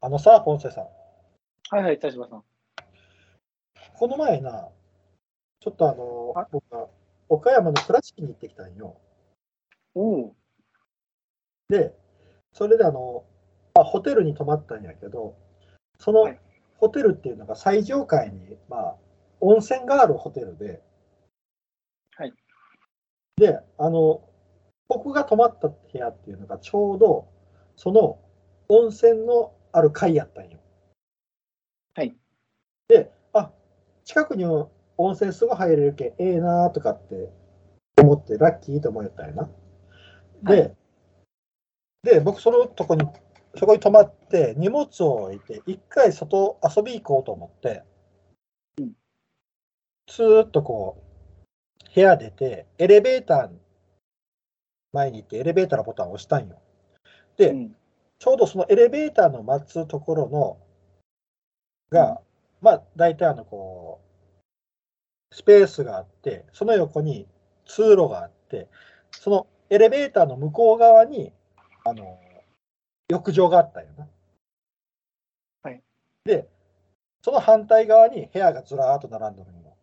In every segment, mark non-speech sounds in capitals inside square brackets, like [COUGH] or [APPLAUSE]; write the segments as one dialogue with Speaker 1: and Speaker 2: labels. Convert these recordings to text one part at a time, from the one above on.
Speaker 1: あのさ、ポンセさん、
Speaker 2: はいはい、田島さん。
Speaker 1: この前な、ちょっとあの
Speaker 2: はい、
Speaker 1: 僕が岡山の倉敷に行ってきたんよ。
Speaker 2: おう
Speaker 1: で、それであの、まあ、ホテルに泊まったんやけど、その
Speaker 2: はい
Speaker 1: ホテルっていうのが最上階に、まあ、温泉があるホテルで、
Speaker 2: はい
Speaker 1: で、あの、僕が泊まった部屋っていうのがちょうど、その温泉のある階やったんよ。
Speaker 2: はい。
Speaker 1: で、あ近くに温泉すぐ入れるけん、ええなとかって思って、ラッキーと思ったんやな。で、
Speaker 2: はい
Speaker 1: で、僕、そのとこに、そこに泊まって、荷物を置いて、一回外遊び行こうと思って、
Speaker 2: うん
Speaker 1: ずーっとこう、部屋出て、エレベーターに前に行って、エレベーターのボタンを押したんよ。で、
Speaker 2: うん。
Speaker 1: ちょうどそのエレベーターの待つところのが、まあ大体あのこうスペースがあってその横に通路があってそのエレベーターの向こう側にあの浴場があったよな。
Speaker 2: はい、
Speaker 1: でその反対側に部屋がずらーっと並んでるの。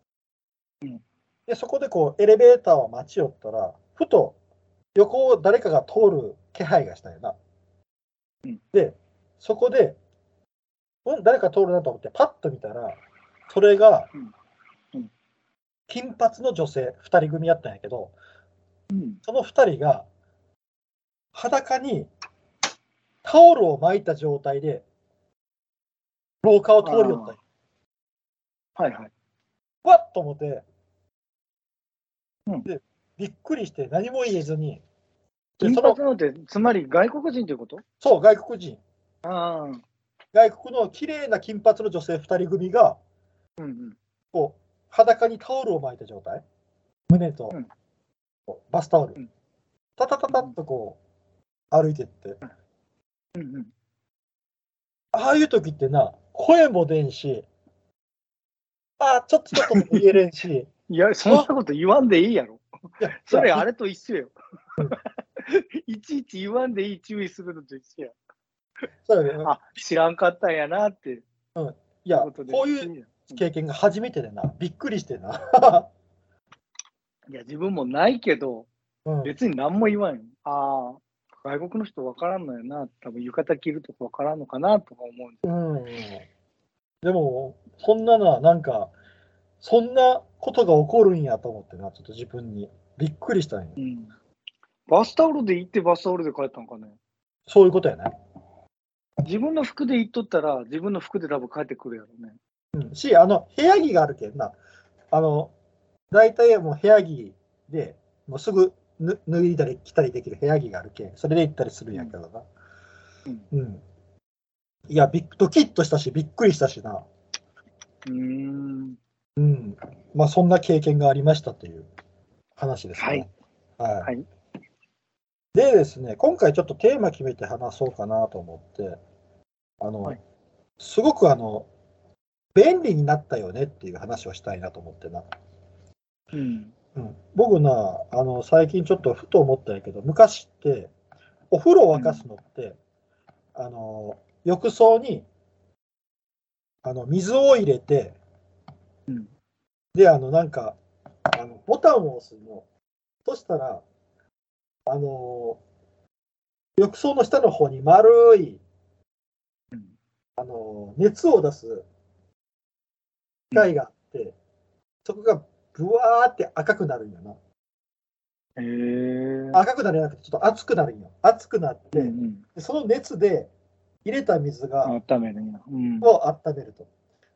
Speaker 2: うん
Speaker 1: でそこでこうエレベーターを待ち寄ったらふと横を誰かが通る気配がしたよな。で、そこで、うん、誰か通るなと思って、パッと見たら、それが
Speaker 2: うんうん、
Speaker 1: 金髪の女性、2人組やったんやけど、
Speaker 2: うん。
Speaker 1: その2人が、裸にタオルを巻いた状態で、廊下を通りよったんよ
Speaker 2: はいはい。
Speaker 1: わっと思って、
Speaker 2: うん
Speaker 1: で、びっくりして、何も言えずに、で
Speaker 2: 金
Speaker 1: その
Speaker 2: 髪なので、つまり外国人ということ
Speaker 1: そう、外国人、
Speaker 2: ああ。うん
Speaker 1: 外国の綺麗な金髪の女性2人組が、
Speaker 2: うん。
Speaker 1: こう裸にタオルを巻いた状態、胸と、
Speaker 2: うん
Speaker 1: こうバスタオル、
Speaker 2: うん
Speaker 1: タタタタッとこう歩いてって、
Speaker 2: うんうん。
Speaker 1: ああいう時ってな、声も出んし、ああ、ちょっとちょっとも言えれん
Speaker 2: [LAUGHS]
Speaker 1: し、い
Speaker 2: いや、そんなこと言わんでいいやろ。
Speaker 1: や
Speaker 2: それ
Speaker 1: いや
Speaker 2: あれと一緒よ。 [LAUGHS] いちいち言わんでいい注意するのと一緒や。
Speaker 1: そうだね
Speaker 2: あ、知らんかったんやなって
Speaker 1: いや
Speaker 2: ことで。
Speaker 1: こういう
Speaker 2: う。
Speaker 1: 経験が初めてでな、びっくりしてな。
Speaker 2: いや、自分もないけど、
Speaker 1: うん
Speaker 2: 別に何も言わんよ。ああ、外国の人分からんのやな。多分浴衣着るとか分からんのかなとか思うんで
Speaker 1: うん、でも、そんなのはなんか、そんなことが起こるんやと思ってな、ちょっと自分にびっくりしたんよ。
Speaker 2: す。うん。バスタオルで行ってバスタオルで帰ったんかね。
Speaker 1: そういうことやね。
Speaker 2: 自分の服で行っとったら、自分の服で多分帰ってくるやろね。
Speaker 1: うん、し、あの、部屋着があるけんな。あの、大体もう部屋着で、もうすぐぬ脱いだり着たりできる部屋着があるけん、それで行ったりするんやけどな。うん。いや、びっドキッとしたし、びっくりしたしな。
Speaker 2: うーん。
Speaker 1: うん。まあ、そんな経験がありましたという話ですね。はい。はい
Speaker 2: はい
Speaker 1: でですね、今回ちょっとテーマ決めて話そうかなと思って、あの、
Speaker 2: はい
Speaker 1: すごくあの、便利になったよねっていう話をしたいなと思ってな。
Speaker 2: うん。
Speaker 1: うん、僕なあの最近ちょっとふと思ったんやけど昔ってお風呂を沸かすのって、あの浴槽にあの水を入れて、
Speaker 2: うん
Speaker 1: であのなんかあのボタンを押すのそしたらあの浴槽の下の方に丸い、
Speaker 2: うん
Speaker 1: あの熱を出す機械があって、そこがブワーって赤くなるんよな。
Speaker 2: へえ。
Speaker 1: 赤くなるんじゃなくて、ちょっと熱くなるんよ。熱くなって、
Speaker 2: うんうん。
Speaker 1: でその熱で入れた水
Speaker 2: あ
Speaker 1: が、
Speaker 2: っためるんや。うん。
Speaker 1: を温めると。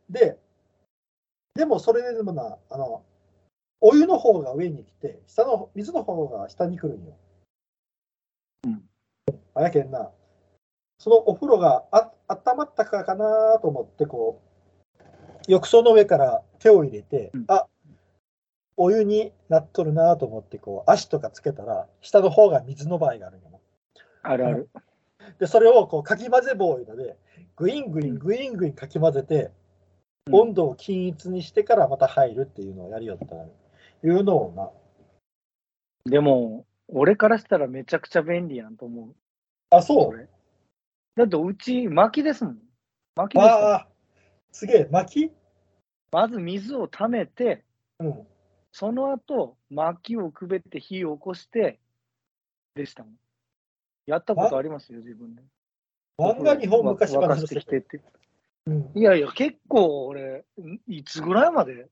Speaker 1: で、でもそれでもな、あの、お湯の方が上に来て、下の、水の方が下に来るんよ。
Speaker 2: うん。
Speaker 1: あやけんな、そのお風呂があ温まったからかなと思って、こう、浴槽の上から手を入れて、
Speaker 2: うん
Speaker 1: あお湯になっとるなと思って、こう、足とかつけたら、下の方が水の場合があるんよな。
Speaker 2: あるある。
Speaker 1: で、それをこうかき混ぜ棒いうので、グイングイングイングインかき混ぜて、
Speaker 2: うん
Speaker 1: 温度を均一にしてからまた入るっていうのをやりよったら、いうのをな、
Speaker 2: でも、俺からしたらめちゃくちゃ便利やんと思う。
Speaker 1: あ、そ
Speaker 2: それだってうち、薪ですもん。薪ですよ
Speaker 1: わあ、すげえ、薪
Speaker 2: まず水を溜めて、
Speaker 1: うん。
Speaker 2: その後、薪をくべって火を起こして、でしたもん。やったことありますよ、自分で。
Speaker 1: 漫画日本昔
Speaker 2: 沸か
Speaker 1: 話
Speaker 2: し
Speaker 1: の
Speaker 2: て
Speaker 1: 世
Speaker 2: きてっ
Speaker 1: 界。
Speaker 2: て。
Speaker 1: うん。
Speaker 2: いやいや、結構俺、んいつぐらいまで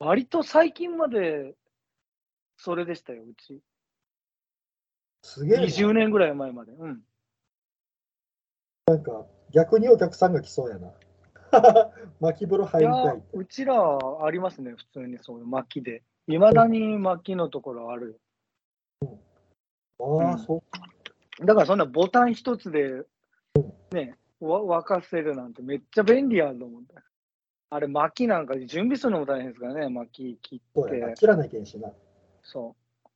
Speaker 2: 割と最近まで、それでしたよ、うち。
Speaker 1: すげえ
Speaker 2: 20
Speaker 1: な。
Speaker 2: 年ぐらい前まで。うん。
Speaker 1: 逆にお客さんが来そうやな。 [LAUGHS] 薪風呂
Speaker 2: い
Speaker 1: 入り
Speaker 2: や
Speaker 1: たい。、
Speaker 2: うちらありますね、普通にそういう薪で。いまだに薪のところあるよ。
Speaker 1: あ
Speaker 2: う
Speaker 1: あ、
Speaker 2: ん
Speaker 1: そう。
Speaker 2: だからそんなボタン一つで、ね、わ沸かせるなんてめっちゃ便利やと思って。あれ、薪なんか準備するのも大変ですからね、薪切っ
Speaker 1: そうやな。
Speaker 2: て。
Speaker 1: 切らなきゃいけんしな。
Speaker 2: そう。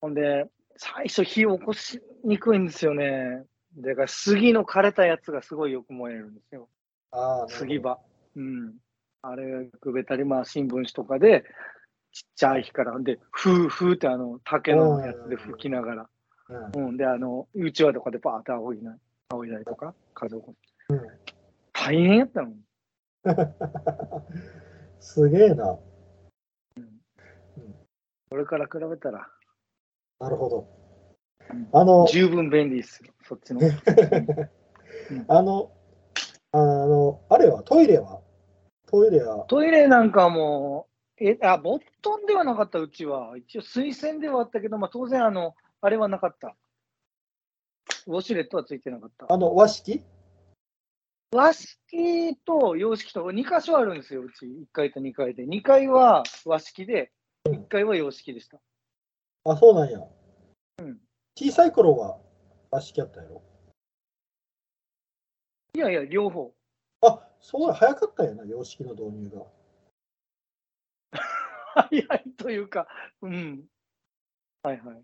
Speaker 2: ほんで、最初火起こしにくいんですよね。でか、杉の枯れたやつがすごいよく燃えるんですよ。
Speaker 1: ああ、
Speaker 2: 杉場。うん。あれ、くべたり、まあ、新聞紙とかで、ちっちゃい火から、で、ふーふーってあの、竹のやつで吹きながら。
Speaker 1: なるほど。
Speaker 2: うん、で、あの、うちわとかでバーッて仰いだり、仰いだりとか、風を起こす。
Speaker 1: うん。うん
Speaker 2: 大変やったの。
Speaker 1: [LAUGHS] すげえな。
Speaker 2: これから比べたら、
Speaker 1: なるほど
Speaker 2: うん。
Speaker 1: あの、
Speaker 2: 十分便利ですよ、そっちの。
Speaker 1: [LAUGHS] あの、あの、あれは、トイレはトイレは、
Speaker 2: トイレなんかもう、え、あ、ボットンではなかった、うちは。一応、水洗ではあったけど、まあ、当然、あの、あれはなかった。ウォシュレットはついてなかった。
Speaker 1: あの、和式
Speaker 2: 和式と洋式と2箇所あるんですよ、うち。1階と2階で。2階は和式で、1階は洋式でした。
Speaker 1: あ、そうなんや。
Speaker 2: うん。
Speaker 1: 小さい頃は和式やったやろ。
Speaker 2: いやいや、両方。
Speaker 1: あ、そうや、早かったやな、洋式の導入が。
Speaker 2: 早いというか、うん。はいはい。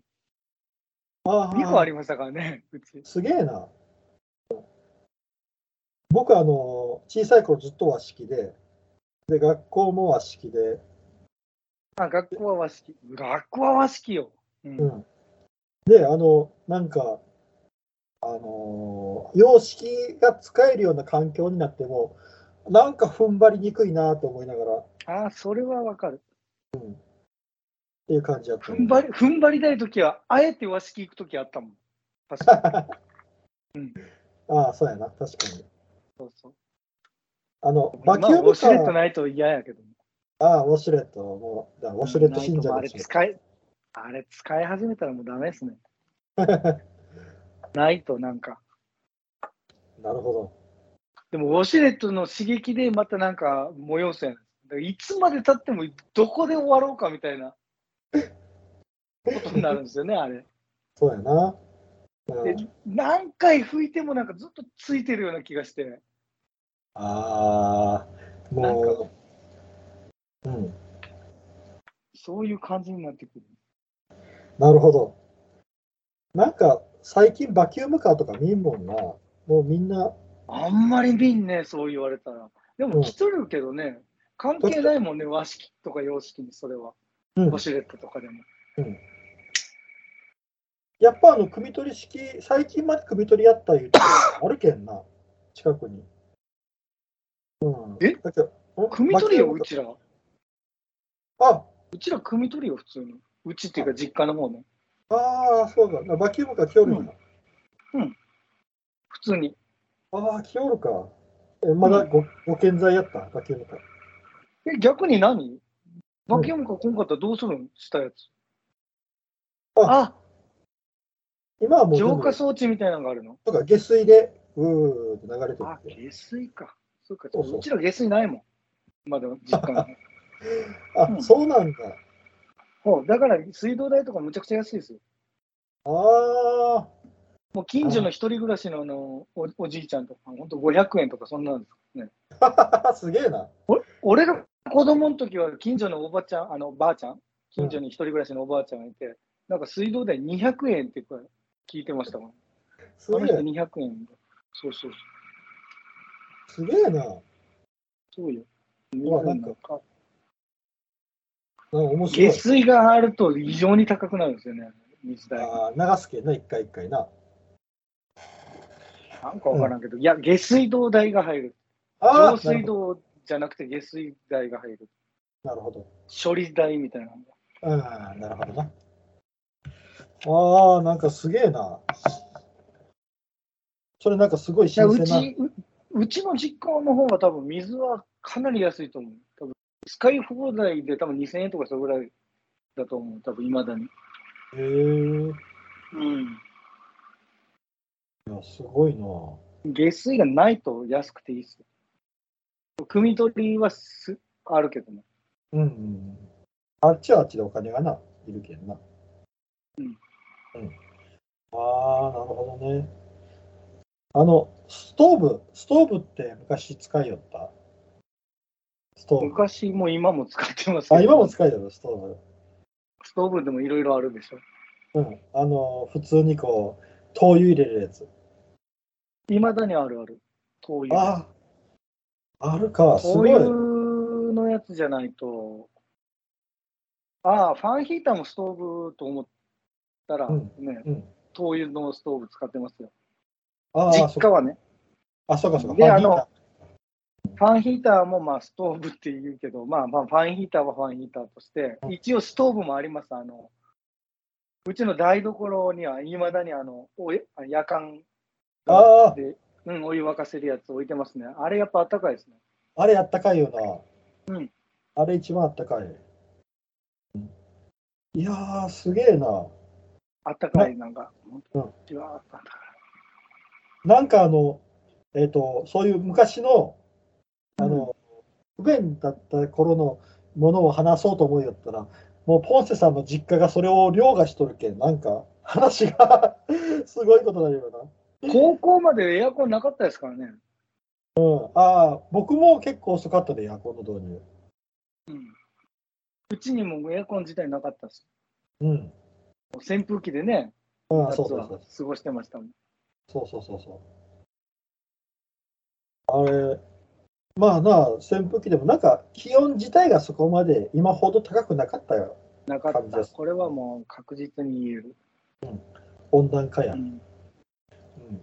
Speaker 1: あ
Speaker 2: 2個あ
Speaker 1: り
Speaker 2: りましたからね、うち。
Speaker 1: すげえな。僕、あの、小さい頃ずっと和式で、で、学校も和式で、
Speaker 2: あ、学校は和式。学校は和式よ。うん。
Speaker 1: うん。で、あの、なんか、あのー様式が使えるような環境になっても、なんか踏ん張りにくいなと思いながらっ
Speaker 2: ああ、それはわかる。
Speaker 1: ていう感じやった。
Speaker 2: 踏ん
Speaker 1: [LAUGHS]
Speaker 2: 張り、踏ん張りたいときは、あえて和式行くときあったもん。確かに。
Speaker 1: ああ、そうやな、確かに。
Speaker 2: そうそう。
Speaker 1: あの、
Speaker 2: 今
Speaker 1: バキュー
Speaker 2: はウォ
Speaker 1: ム
Speaker 2: シ
Speaker 1: カ
Speaker 2: ュレット
Speaker 1: ー、
Speaker 2: ないと嫌やけど。
Speaker 1: ああ、ウォシュレットも、だウォシュレット信者
Speaker 2: あ
Speaker 1: で
Speaker 2: れ
Speaker 1: すよ。
Speaker 2: 使い、あれ使い始めたらもうダメです [LAUGHS] ね。ないとなんか。
Speaker 1: なるほど。
Speaker 2: でも、ウォシュレットの刺激でまたなんか催すやん。だからいつまで経ってもどこで終わろうかみたいなことになるんですよね、あれ。
Speaker 1: そうやな。うん
Speaker 2: で何回拭いてもなんかずっとついてるような気がして、
Speaker 1: ああ、もう、うん、
Speaker 2: そういう感じになってくる。
Speaker 1: なるほど。なんか、最近バキュームカーとか見んもんな。もうみんな、
Speaker 2: あんまり見んね、そう言われたら。で
Speaker 1: う
Speaker 2: も
Speaker 1: ん
Speaker 2: 来とるけどね、関係ないもんね、和式とか洋式にそれは。
Speaker 1: うん
Speaker 2: ウォ、シュレットとかでも。
Speaker 1: やっぱあの、組取り式、最近まで組取りやった
Speaker 2: [COUGHS]
Speaker 1: いうとこあるけんな、近くに。うん、
Speaker 2: え
Speaker 1: だけど、ん
Speaker 2: 組み取りよ、
Speaker 1: バキュー
Speaker 2: う
Speaker 1: ム
Speaker 2: ちら。
Speaker 1: カーあ
Speaker 2: うちら組み取りよ、普通に。うちっていうか実家の方ね。
Speaker 1: ああ、そうか。なバキュームカー来よるんや。
Speaker 2: 普通に。
Speaker 1: ああ、来よるか。えまだご,、ご健在やった、バキュームカー。
Speaker 2: え、逆に何バキュームカー来んかったらどうするんしたやつ。あ
Speaker 1: あ、今はもう全部、
Speaker 2: 浄化装置みたいなのがあるの
Speaker 1: とか下水で、うーって流れてる
Speaker 2: あ
Speaker 1: っ、て。
Speaker 2: 下水か。そうか、
Speaker 1: そうそう
Speaker 2: うちら下水ないもん。まあでも実家の方。
Speaker 1: あ、
Speaker 2: うん
Speaker 1: そうなんだ。 [LAUGHS]
Speaker 2: ほうだから水道代とかむちゃくちゃ安いですよ。
Speaker 1: ああ、
Speaker 2: もう近所の一人暮らしのあのおおじいちゃんとか、本当500円とかそんなんですからね。
Speaker 1: [LAUGHS] すげえな。
Speaker 2: 俺が子供の時は近所のおばちゃん、あのばあちゃん、近所に一人暮らしのおばあちゃんがいて、なんか水道代200円って聞いてましたもん。
Speaker 1: す
Speaker 2: その
Speaker 1: げ
Speaker 2: 人
Speaker 1: え、
Speaker 2: 200円で。そうそう
Speaker 1: すげえな。なんか
Speaker 2: そう。そうよ。
Speaker 1: うわなんか面白い。
Speaker 2: 下水があると異常に高くなるんですよね、水代。
Speaker 1: あー流すけんな、一回一回な。
Speaker 2: なんかわからんけど、いや、下水道代が入る。
Speaker 1: あ
Speaker 2: 上
Speaker 1: あ、なる
Speaker 2: 水
Speaker 1: ほど
Speaker 2: 道じゃなくて下水代が入る。
Speaker 1: なるほど。
Speaker 2: 処理代みたいなのが。
Speaker 1: うん、なるほどな。ああ、なんかすげえな。それなんかすごい
Speaker 2: いや
Speaker 1: 新
Speaker 2: う
Speaker 1: 鮮な。
Speaker 2: ちううちの実家の方が多分水はかなり安いと思う。多分使い放題で多分2000円とかそれぐらいだと思う。多分いまだに。
Speaker 1: へえ
Speaker 2: うん。
Speaker 1: いやすごいな。
Speaker 2: 下水がないと安くていいっすよ。汲み取りはすあるけどね。
Speaker 1: うん、うん。あっちはあっちでお金がな、いるけんな。
Speaker 2: うん
Speaker 1: うん。ああ、なるほどね。あの、ストーブ、ストーブって昔使いよったストーブ。
Speaker 2: 昔も今も使ってますけど
Speaker 1: あ、今も使いよる、ストーブ。
Speaker 2: ストーブでもいろいろあるでしょ。
Speaker 1: うん、あの普通にこう灯油入れるやつ
Speaker 2: いまだにあるある。灯油。
Speaker 1: あああるかす
Speaker 2: 灯
Speaker 1: ごい
Speaker 2: 油のやつじゃないと。ああ、ファンヒーターもストーブと思ったら、
Speaker 1: うん
Speaker 2: ね、
Speaker 1: うん
Speaker 2: 灯油のストーブ使ってますよ。
Speaker 1: ああそ
Speaker 2: 実
Speaker 1: っか
Speaker 2: 家はね、
Speaker 1: あそうかそうか
Speaker 2: で
Speaker 1: ファンヒーター
Speaker 2: ファンヒーターもまあストーブって言うけど、まあまあファンヒーターはファンヒーターとして、一応ストーブもあります。あの、うちの台所にはいまだにあの、おや夜間
Speaker 1: あ
Speaker 2: で、うん、お湯沸かせるやつ置いてますね。あれやっぱあったかいですね。
Speaker 1: ああれあったかいよな
Speaker 2: うん
Speaker 1: あれ一番あったかい、うんいやーすげえな
Speaker 2: あったかい、なんか、
Speaker 1: うん
Speaker 2: じわーっとあったか
Speaker 1: なんかあのえっ、とそういう昔のあ
Speaker 2: い
Speaker 1: の、不便だった頃のものを話そうと思いよったら、もうポンセさんの実家がそれを凌駕しとるけん、なんか話が [LAUGHS] すごいことになるよ
Speaker 2: うん高校までエアコンなかったですからね。
Speaker 1: な。うん、ああ、僕も結構遅かったで、エアコンの導入。
Speaker 2: うん。うちにもエアコン自体なかったし、
Speaker 1: うん、
Speaker 2: 扇風機でね、
Speaker 1: うん、
Speaker 2: 夏
Speaker 1: そうそうそ
Speaker 2: は
Speaker 1: う。
Speaker 2: 過ごしてましたもん。
Speaker 1: そうそうそうそう。あれ、まあなあ、扇風機でもなんか気温自体がそこまで今ほど高くなかったよ。
Speaker 2: なか
Speaker 1: 感
Speaker 2: っ
Speaker 1: じで
Speaker 2: た。
Speaker 1: す
Speaker 2: これはもう確実に言える。
Speaker 1: 温暖化や。
Speaker 2: う
Speaker 1: うん
Speaker 2: ん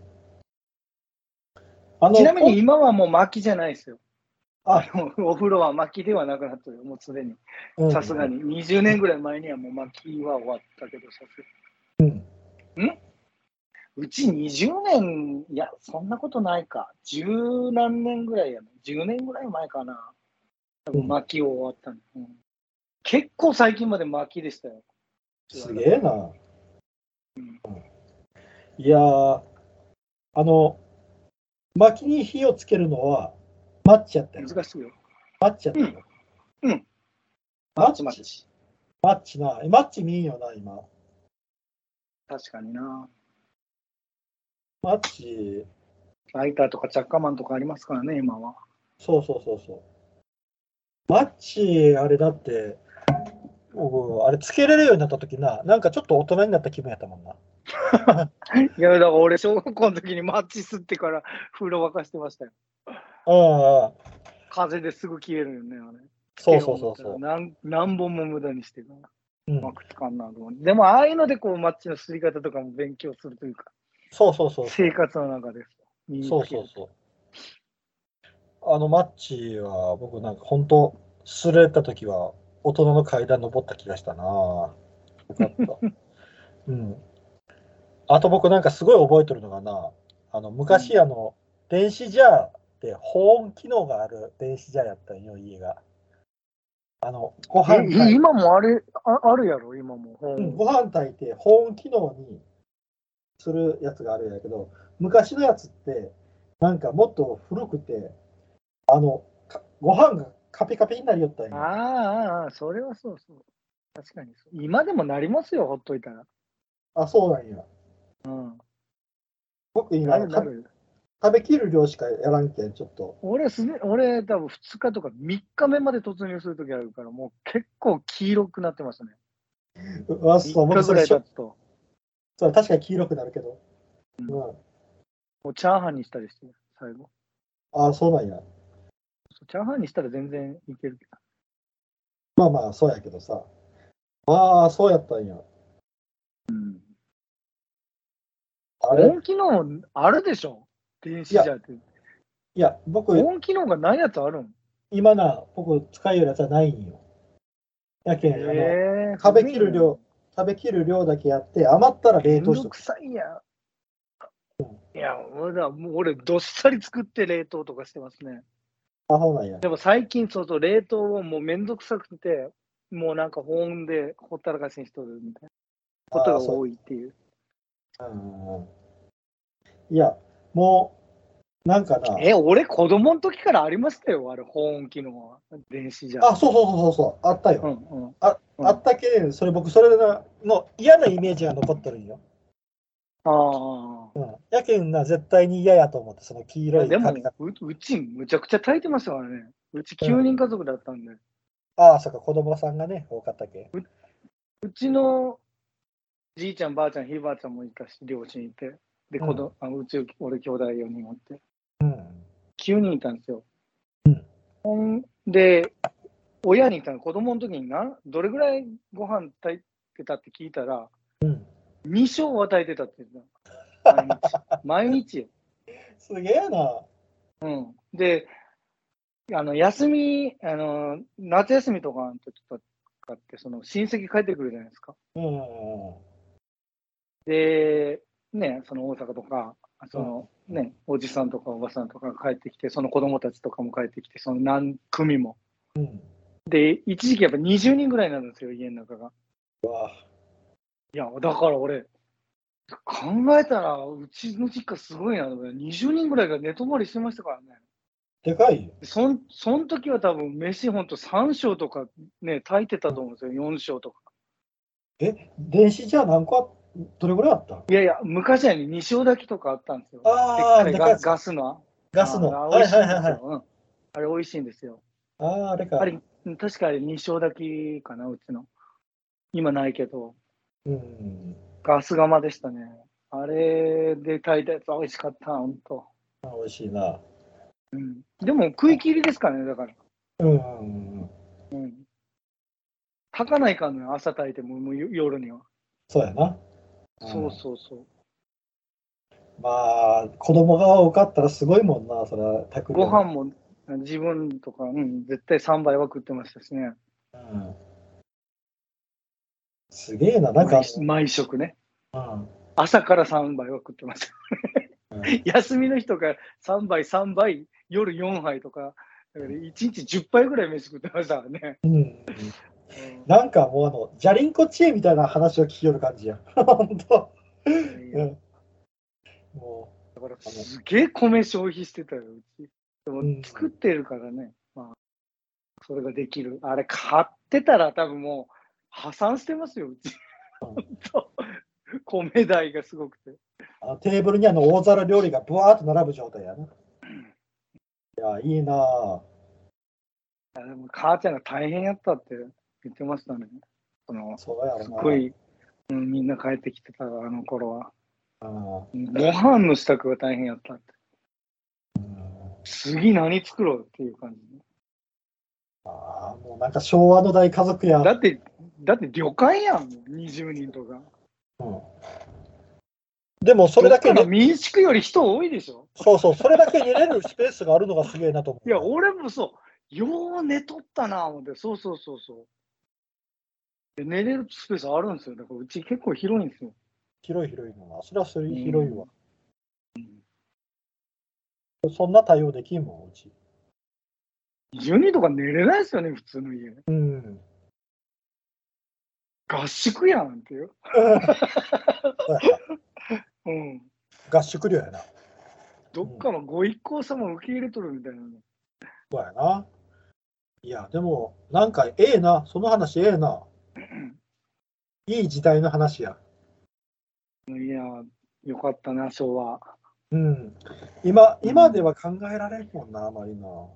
Speaker 1: あの
Speaker 2: ちなみに今はもう薪じゃないですよ。
Speaker 1: あ
Speaker 2: あのお風呂は薪ではなくなってるよ、もうすでに。
Speaker 1: うん
Speaker 2: さすがに。20年ぐらい前にはもう薪は終わったけど、さすが
Speaker 1: うん
Speaker 2: うち20年、いや、そんなことないか。十何年ぐらいやね。10年ぐらい前かな。多分薪を終わったの、うん結構最近まで薪でしたよ。
Speaker 1: すげえな
Speaker 2: うん。
Speaker 1: いやー、あの、薪に火をつけるのは、マッチやったよ。
Speaker 2: 難しいよ。
Speaker 1: マッチやったよ。
Speaker 2: うんうん
Speaker 1: マッ
Speaker 2: ち
Speaker 1: チ、
Speaker 2: ま
Speaker 1: マ
Speaker 2: ちし。
Speaker 1: ッチな。えマッチ見んよな、今。
Speaker 2: 確かにな。
Speaker 1: マッチ、
Speaker 2: ライターとかチャッカマンとかありますからね、今は。
Speaker 1: そうそうそうそう。マッチ、あれだって、僕あれつけれるようになった時な、なんかちょっと大人になった気分やったもんな。
Speaker 2: いや、だから俺、小学校の時にマッチ吸ってから風呂沸かしてましたよ。
Speaker 1: ああ、
Speaker 2: 風ですぐ消えるよね、あれ。
Speaker 1: そうそうそうそう。
Speaker 2: なん何本も無駄にしてるな。
Speaker 1: うん
Speaker 2: うまくつかんなと思ってでも、ああいうので、こう、マッチの吸い方とかも勉強するというか、
Speaker 1: そうそうそうそう。
Speaker 2: 生活の中です。身につけ
Speaker 1: そ
Speaker 2: る
Speaker 1: うそうそう。あのマッチは僕なんか本当、すれた時は大人の階段登った気がしたな。よかった。うん。あと僕なんかすごい覚えてるのがな、あの昔、あの、電子ジャーって保温機能がある電子ジャーやったんよ、家が。あの、ご飯炊い
Speaker 2: え今もあれあ、あるやろ、今も。
Speaker 1: うん、ご飯炊いて保温機能にするやつがあるんやけど昔のやつってなんかもっと古くてあのかご飯がカピカピになりよったん
Speaker 2: あ
Speaker 1: や
Speaker 2: あああ、それはそうそう。確かにそう。今でもなりますよ、ほっといたら。
Speaker 1: あそうなんや
Speaker 2: うん。
Speaker 1: 僕今
Speaker 2: なるな
Speaker 1: 食べ
Speaker 2: る。
Speaker 1: 食べきる量しかやらんけんちょっと
Speaker 2: 俺すね、俺、多分2日とか3日目まで突入するときあるから、もう結構黄色くなってましたね。
Speaker 1: うわそう
Speaker 2: 3
Speaker 1: 僕
Speaker 2: 日ぐ
Speaker 1: そ
Speaker 2: ら
Speaker 1: れ
Speaker 2: い経つと、
Speaker 1: そう確かに黄色くなるけど、うん
Speaker 2: もうチャーハンにしたりして、最後。
Speaker 1: あそうなんや
Speaker 2: そうチャーハンにしたら全然いけるけど。
Speaker 1: まあまあそうやけどさああそうやったんや
Speaker 2: うん。
Speaker 1: あれ
Speaker 2: 本気のあるでしょ電子じゃって。
Speaker 1: いや、僕、
Speaker 2: 保温機能がないやつあるん
Speaker 1: 今な、僕使いよるやつはないんよ。やけん、あの、
Speaker 2: えー
Speaker 1: 食べきる量。、食べきる量だけやって、余ったら
Speaker 2: め
Speaker 1: 冷
Speaker 2: んど
Speaker 1: 凍しと
Speaker 2: く
Speaker 1: く。
Speaker 2: さいやん。いや、俺ら、もう俺、どっさり作って冷凍とかしてますね。
Speaker 1: アホなんや。
Speaker 2: でも最近、そうそう、冷凍をもうめんどくさくて、もうなんか保温でほったらかしにしとるみたいなことが多いっていう。
Speaker 1: うんいや、もう、なんかな、
Speaker 2: え、俺、子供の時からありましたよ、あれ、保温機能は。電子じゃん。
Speaker 1: あ、そうそうそうそうそう、あったよ。
Speaker 2: うんうん。うん
Speaker 1: あったけれど、それ僕、それなの嫌なイメージが残ってるんよ。
Speaker 2: あ
Speaker 1: うん、やけんな、絶対に嫌やと思って、その黄
Speaker 2: あ。
Speaker 1: 色い
Speaker 2: でも
Speaker 1: 髪が、
Speaker 2: う、うち、むちゃくちゃ炊いてましたからね。うち9人家族だったんで。
Speaker 1: ああ、そっか、子供さんがね、多かったけ。
Speaker 2: うちのじいちゃん、ばあちゃん、ひいばあちゃんもいたし、両親いて、で、
Speaker 1: うん
Speaker 2: 子供あのうち、俺、兄弟4人おって、
Speaker 1: うん。
Speaker 2: 9人いたんですよ。ほんで、親にいたの、子供の時にな、どれぐらいご飯炊いてたって聞いたら、
Speaker 1: うん、
Speaker 2: 2升は炊いてたって言ったの
Speaker 1: [LAUGHS]
Speaker 2: 毎日。毎日よ。
Speaker 1: すげえな。
Speaker 2: うん、で、あの休みあの、夏休みとかの時とかって、その親戚帰ってくるじゃないですか。
Speaker 1: うんうんうん。
Speaker 2: で、ね、その大阪とか、そのね、おじさんとかおばさんとかが帰ってきて、その子供たちとかも帰ってきて、その何組も。
Speaker 1: うん。
Speaker 2: で、一時期やっぱ20人ぐらいになるんですよ、家の中が。
Speaker 1: うわ
Speaker 2: いや、だから俺、考えたら、うちの実家すごいなと思って、20人ぐらいが寝泊まりしてましたからね。
Speaker 1: でかいよ。
Speaker 2: そんそん時は多分、飯ほんと3升とかね、炊いてたと思うんですよ、4升とか。
Speaker 1: え、電子じゃ何個あっどれぐらいあった
Speaker 2: いやいや、昔はね、2升炊きとかあったんですよ。
Speaker 1: ああ、
Speaker 2: でっ
Speaker 1: でかい
Speaker 2: かいガ
Speaker 1: やつガ
Speaker 2: ガスの。
Speaker 1: スの。
Speaker 2: あ
Speaker 1: は
Speaker 2: れ
Speaker 1: いはいはいはい。
Speaker 2: あれ美味しいんですよ。
Speaker 1: ああ、あれか。
Speaker 2: あれ、確かあれ2升炊きかな、うちの。今ないけど、
Speaker 1: うん。
Speaker 2: ガス釜でしたね。あれで炊いたやつは美味しかった、ほんと。
Speaker 1: あ美味しいな。
Speaker 2: うん。でも食い切りですからね、だから。
Speaker 1: うんうんうん。
Speaker 2: 炊かないかんのよ、朝炊いても、もう夜夜には。
Speaker 1: そうやな。うん
Speaker 2: そうそうそう。
Speaker 1: まあ、子供が多かったらすごいもんな、それは、宅
Speaker 2: ご飯も自分とか、うん、絶対3杯は食ってましたしね。
Speaker 1: うん。すげえな、なんか、
Speaker 2: 毎毎食ね。
Speaker 1: うん、
Speaker 2: 朝から3杯は食ってました。 [LAUGHS] 休みの日とか3杯、3杯、夜4杯とか、だから1日10杯ぐらい飯食ってましたからね。
Speaker 1: うん、なんかもうあの、じゃりんこ知恵みたいな話を聞きよる感じや。 [LAUGHS] 本当。
Speaker 2: うん
Speaker 1: うんも
Speaker 2: だからすげえ米消費してたよ、うち。でも
Speaker 1: うん
Speaker 2: 作ってるからね、まあ、それができる。あれ、買ってたら多分もう破産してますよ、うち。本当米代がすごくて。
Speaker 1: うあのテーブルにあの大皿料理がぶわーっと並ぶ状態やな。いや、いいなぁ。
Speaker 2: あでも母ちゃんが大変やったって言ってましたね。その
Speaker 1: そうやろな。
Speaker 2: すごい、うん、みんな帰ってきてたわあの頃は。
Speaker 1: うん。
Speaker 2: ご飯の支度が大変やったって。次何作ろうっていう感じ。
Speaker 1: ああ、もうなんか昭和の大家族や。
Speaker 2: だって、だって旅館やん、もう20人とか。
Speaker 1: うんでもそれだけ
Speaker 2: どっかの
Speaker 1: で、
Speaker 2: 民宿より人多いでしょ
Speaker 1: そうそう、それだけ寝れるスペースがあるのがすげえなと思う。
Speaker 2: いや、俺もそう、よう寝とったな、思って、そうそうそうそう。で寝れるスペースあるんですよ。だからうち結構広いんですよ。
Speaker 1: 広い広いのは、それはそれ広いわ。そんな対応できんもん、うち。
Speaker 2: 20人とか寝れないですよね、普通の家。
Speaker 1: うん。
Speaker 2: 合宿やんっていう。うん。
Speaker 1: 合宿料やな。
Speaker 2: どっかのご一行様を受け入れとるみたいなね。
Speaker 1: そうやな。いや、でも、なんかええな。その話ええ
Speaker 2: [LAUGHS]
Speaker 1: な。いい時代の話や。
Speaker 2: いやー、よかったな、昭和。
Speaker 1: うん。今、今では考えられんもんな、あまりな。
Speaker 2: 考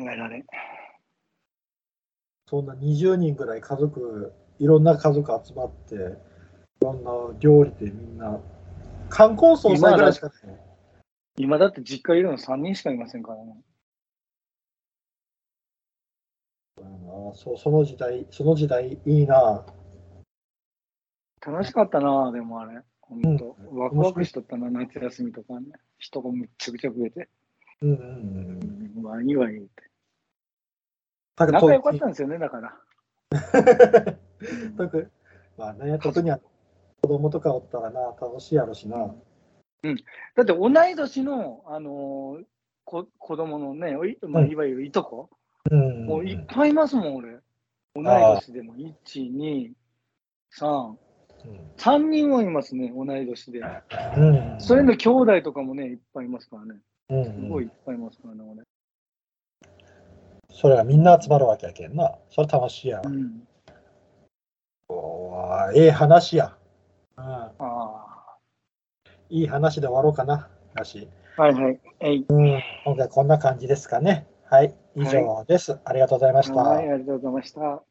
Speaker 2: えられん。
Speaker 1: そんな20人ぐらい家族、いろんな家族集まって、いろんな料理でみんな、冠婚葬祭ぐらいしかない。
Speaker 2: 今だって実家いるの3人しかいませんからね。
Speaker 1: うんそうその時代、その時代いいな。
Speaker 2: 楽しかったな、でもあれ。ほんと。
Speaker 1: うん
Speaker 2: ワクワクしとったな、夏休みとかね。人がむっちゃくちゃ増えて。
Speaker 1: うんうんうんうん。
Speaker 2: うん、ワニワニって。
Speaker 1: なんか
Speaker 2: 仲良かっ
Speaker 1: 特
Speaker 2: たんですよね、だから。
Speaker 1: に特まあね、特にあの子供とかおったらな、楽しいやろしな。
Speaker 2: だって同い年の、あのーこ子供のね、おいまあ、
Speaker 1: うん
Speaker 2: いわゆるいとこ、
Speaker 1: うん
Speaker 2: もういっぱいいますもん、俺。同い年でも、1、2、3、3人はいますね、同い年で。
Speaker 1: うん
Speaker 2: それの兄弟とかもね、いっぱいいますからね。
Speaker 1: うん
Speaker 2: すごいいっぱいいますからね、俺。
Speaker 1: それがみんな集まるわけやけんな。それ楽しいやん。
Speaker 2: うん。
Speaker 1: わあええ話や。うん、
Speaker 2: あ
Speaker 1: いい話で終わろうかな。話
Speaker 2: あ。はいはい。えい。
Speaker 1: 今回こんな感じですかね。はい、以上です。ありがとうございました。
Speaker 2: はい、ありがとうございました。